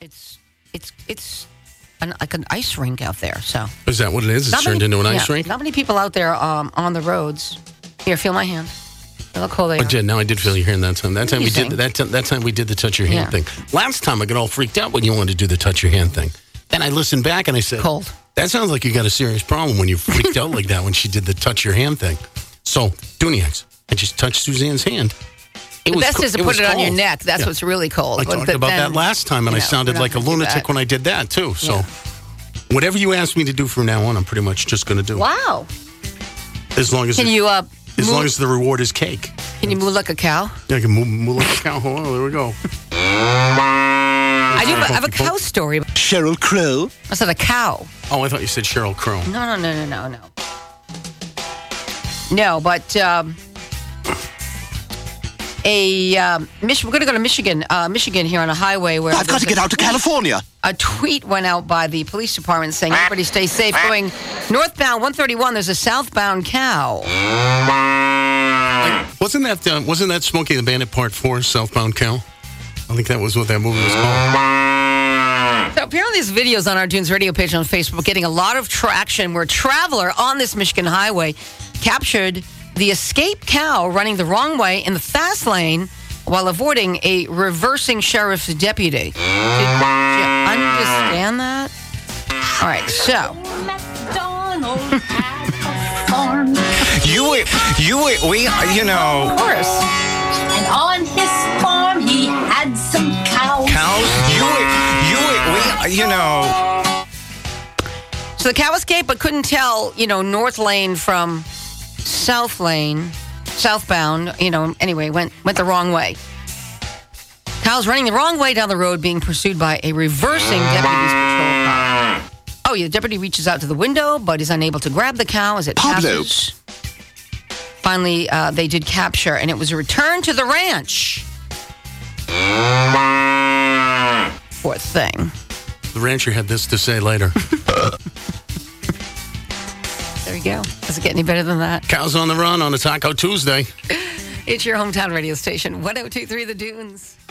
It's it's it's an, like an ice rink out there. So Is that what it is? It's Not turned many- into an yeah, ice rink? Not many people out there um, on the roads. Here, feel my hand. Look cool they I are. did. No, Oh, I did feel your hand that time. That time we Amazing. did that. Time, that time we did the touch your hand Yeah. thing. Last time I got all freaked out when you wanted to do the touch your hand thing. Then I listened back and I said, Cold. That sounds like you got a serious problem when you freaked out like that when she did the touch your hand thing." So, Duniacs, I just touched Suzanne's hand. It The best co- is to put was it on your cold. neck. That's Yeah. what's really cold. I But- talked but about that then, last time, and you I know, sounded we're not like a gonna do lunatic that. when I did that too. So, whatever you ask me to do from now on, I'm pretty much just going to do. Wow. As long as Can it- you uh? as moo- long as the reward is cake. can you move like a cow? Yeah, I can move, move like a cow. Hold on, Oh, there we go. I do. have- I have a cow story. Cheryl Crow. I said a cow. Oh, I thought you said Cheryl Crow. No, no, no, no, no, no. No, but um, a um, Mich- we're going to go to Michigan, uh, Michigan here on a highway where I've got to there's get out to California. a, a tweet went out by the police department saying everybody stay safe. Going northbound 131, there's a southbound cow. Wasn't that uh, wasn't that Smokey the Bandit Part Four, Southbound Cow? I think that was what that movie was called. So apparently, this video is on our Dunes radio page on Facebook, getting a lot of traction. Where a traveler on this Michigan highway captured the escaped cow running the wrong way in the fast lane while avoiding a reversing sheriff's deputy. Did you understand that? All right, so You were, you were, we, you know, of course, And on his farm, he had some cows. cows. You were, you were, we, you know. so the cow escaped, but couldn't tell, you know, north lane from south lane, southbound. You know, anyway, went went the wrong way. Kyle's running the wrong way down the road, being pursued by a reversing deputy's patrol car. Oh, yeah, the deputy reaches out to the window, but is unable to grab the cow as it Pablo. passes. Finally, uh, they did capture, and it was returned to the ranch. Poor thing. The rancher had this to say later. There you go. Does it get any better than that? Cows on the run on a Taco Tuesday. It's your hometown radio station, 1023 The Dunes.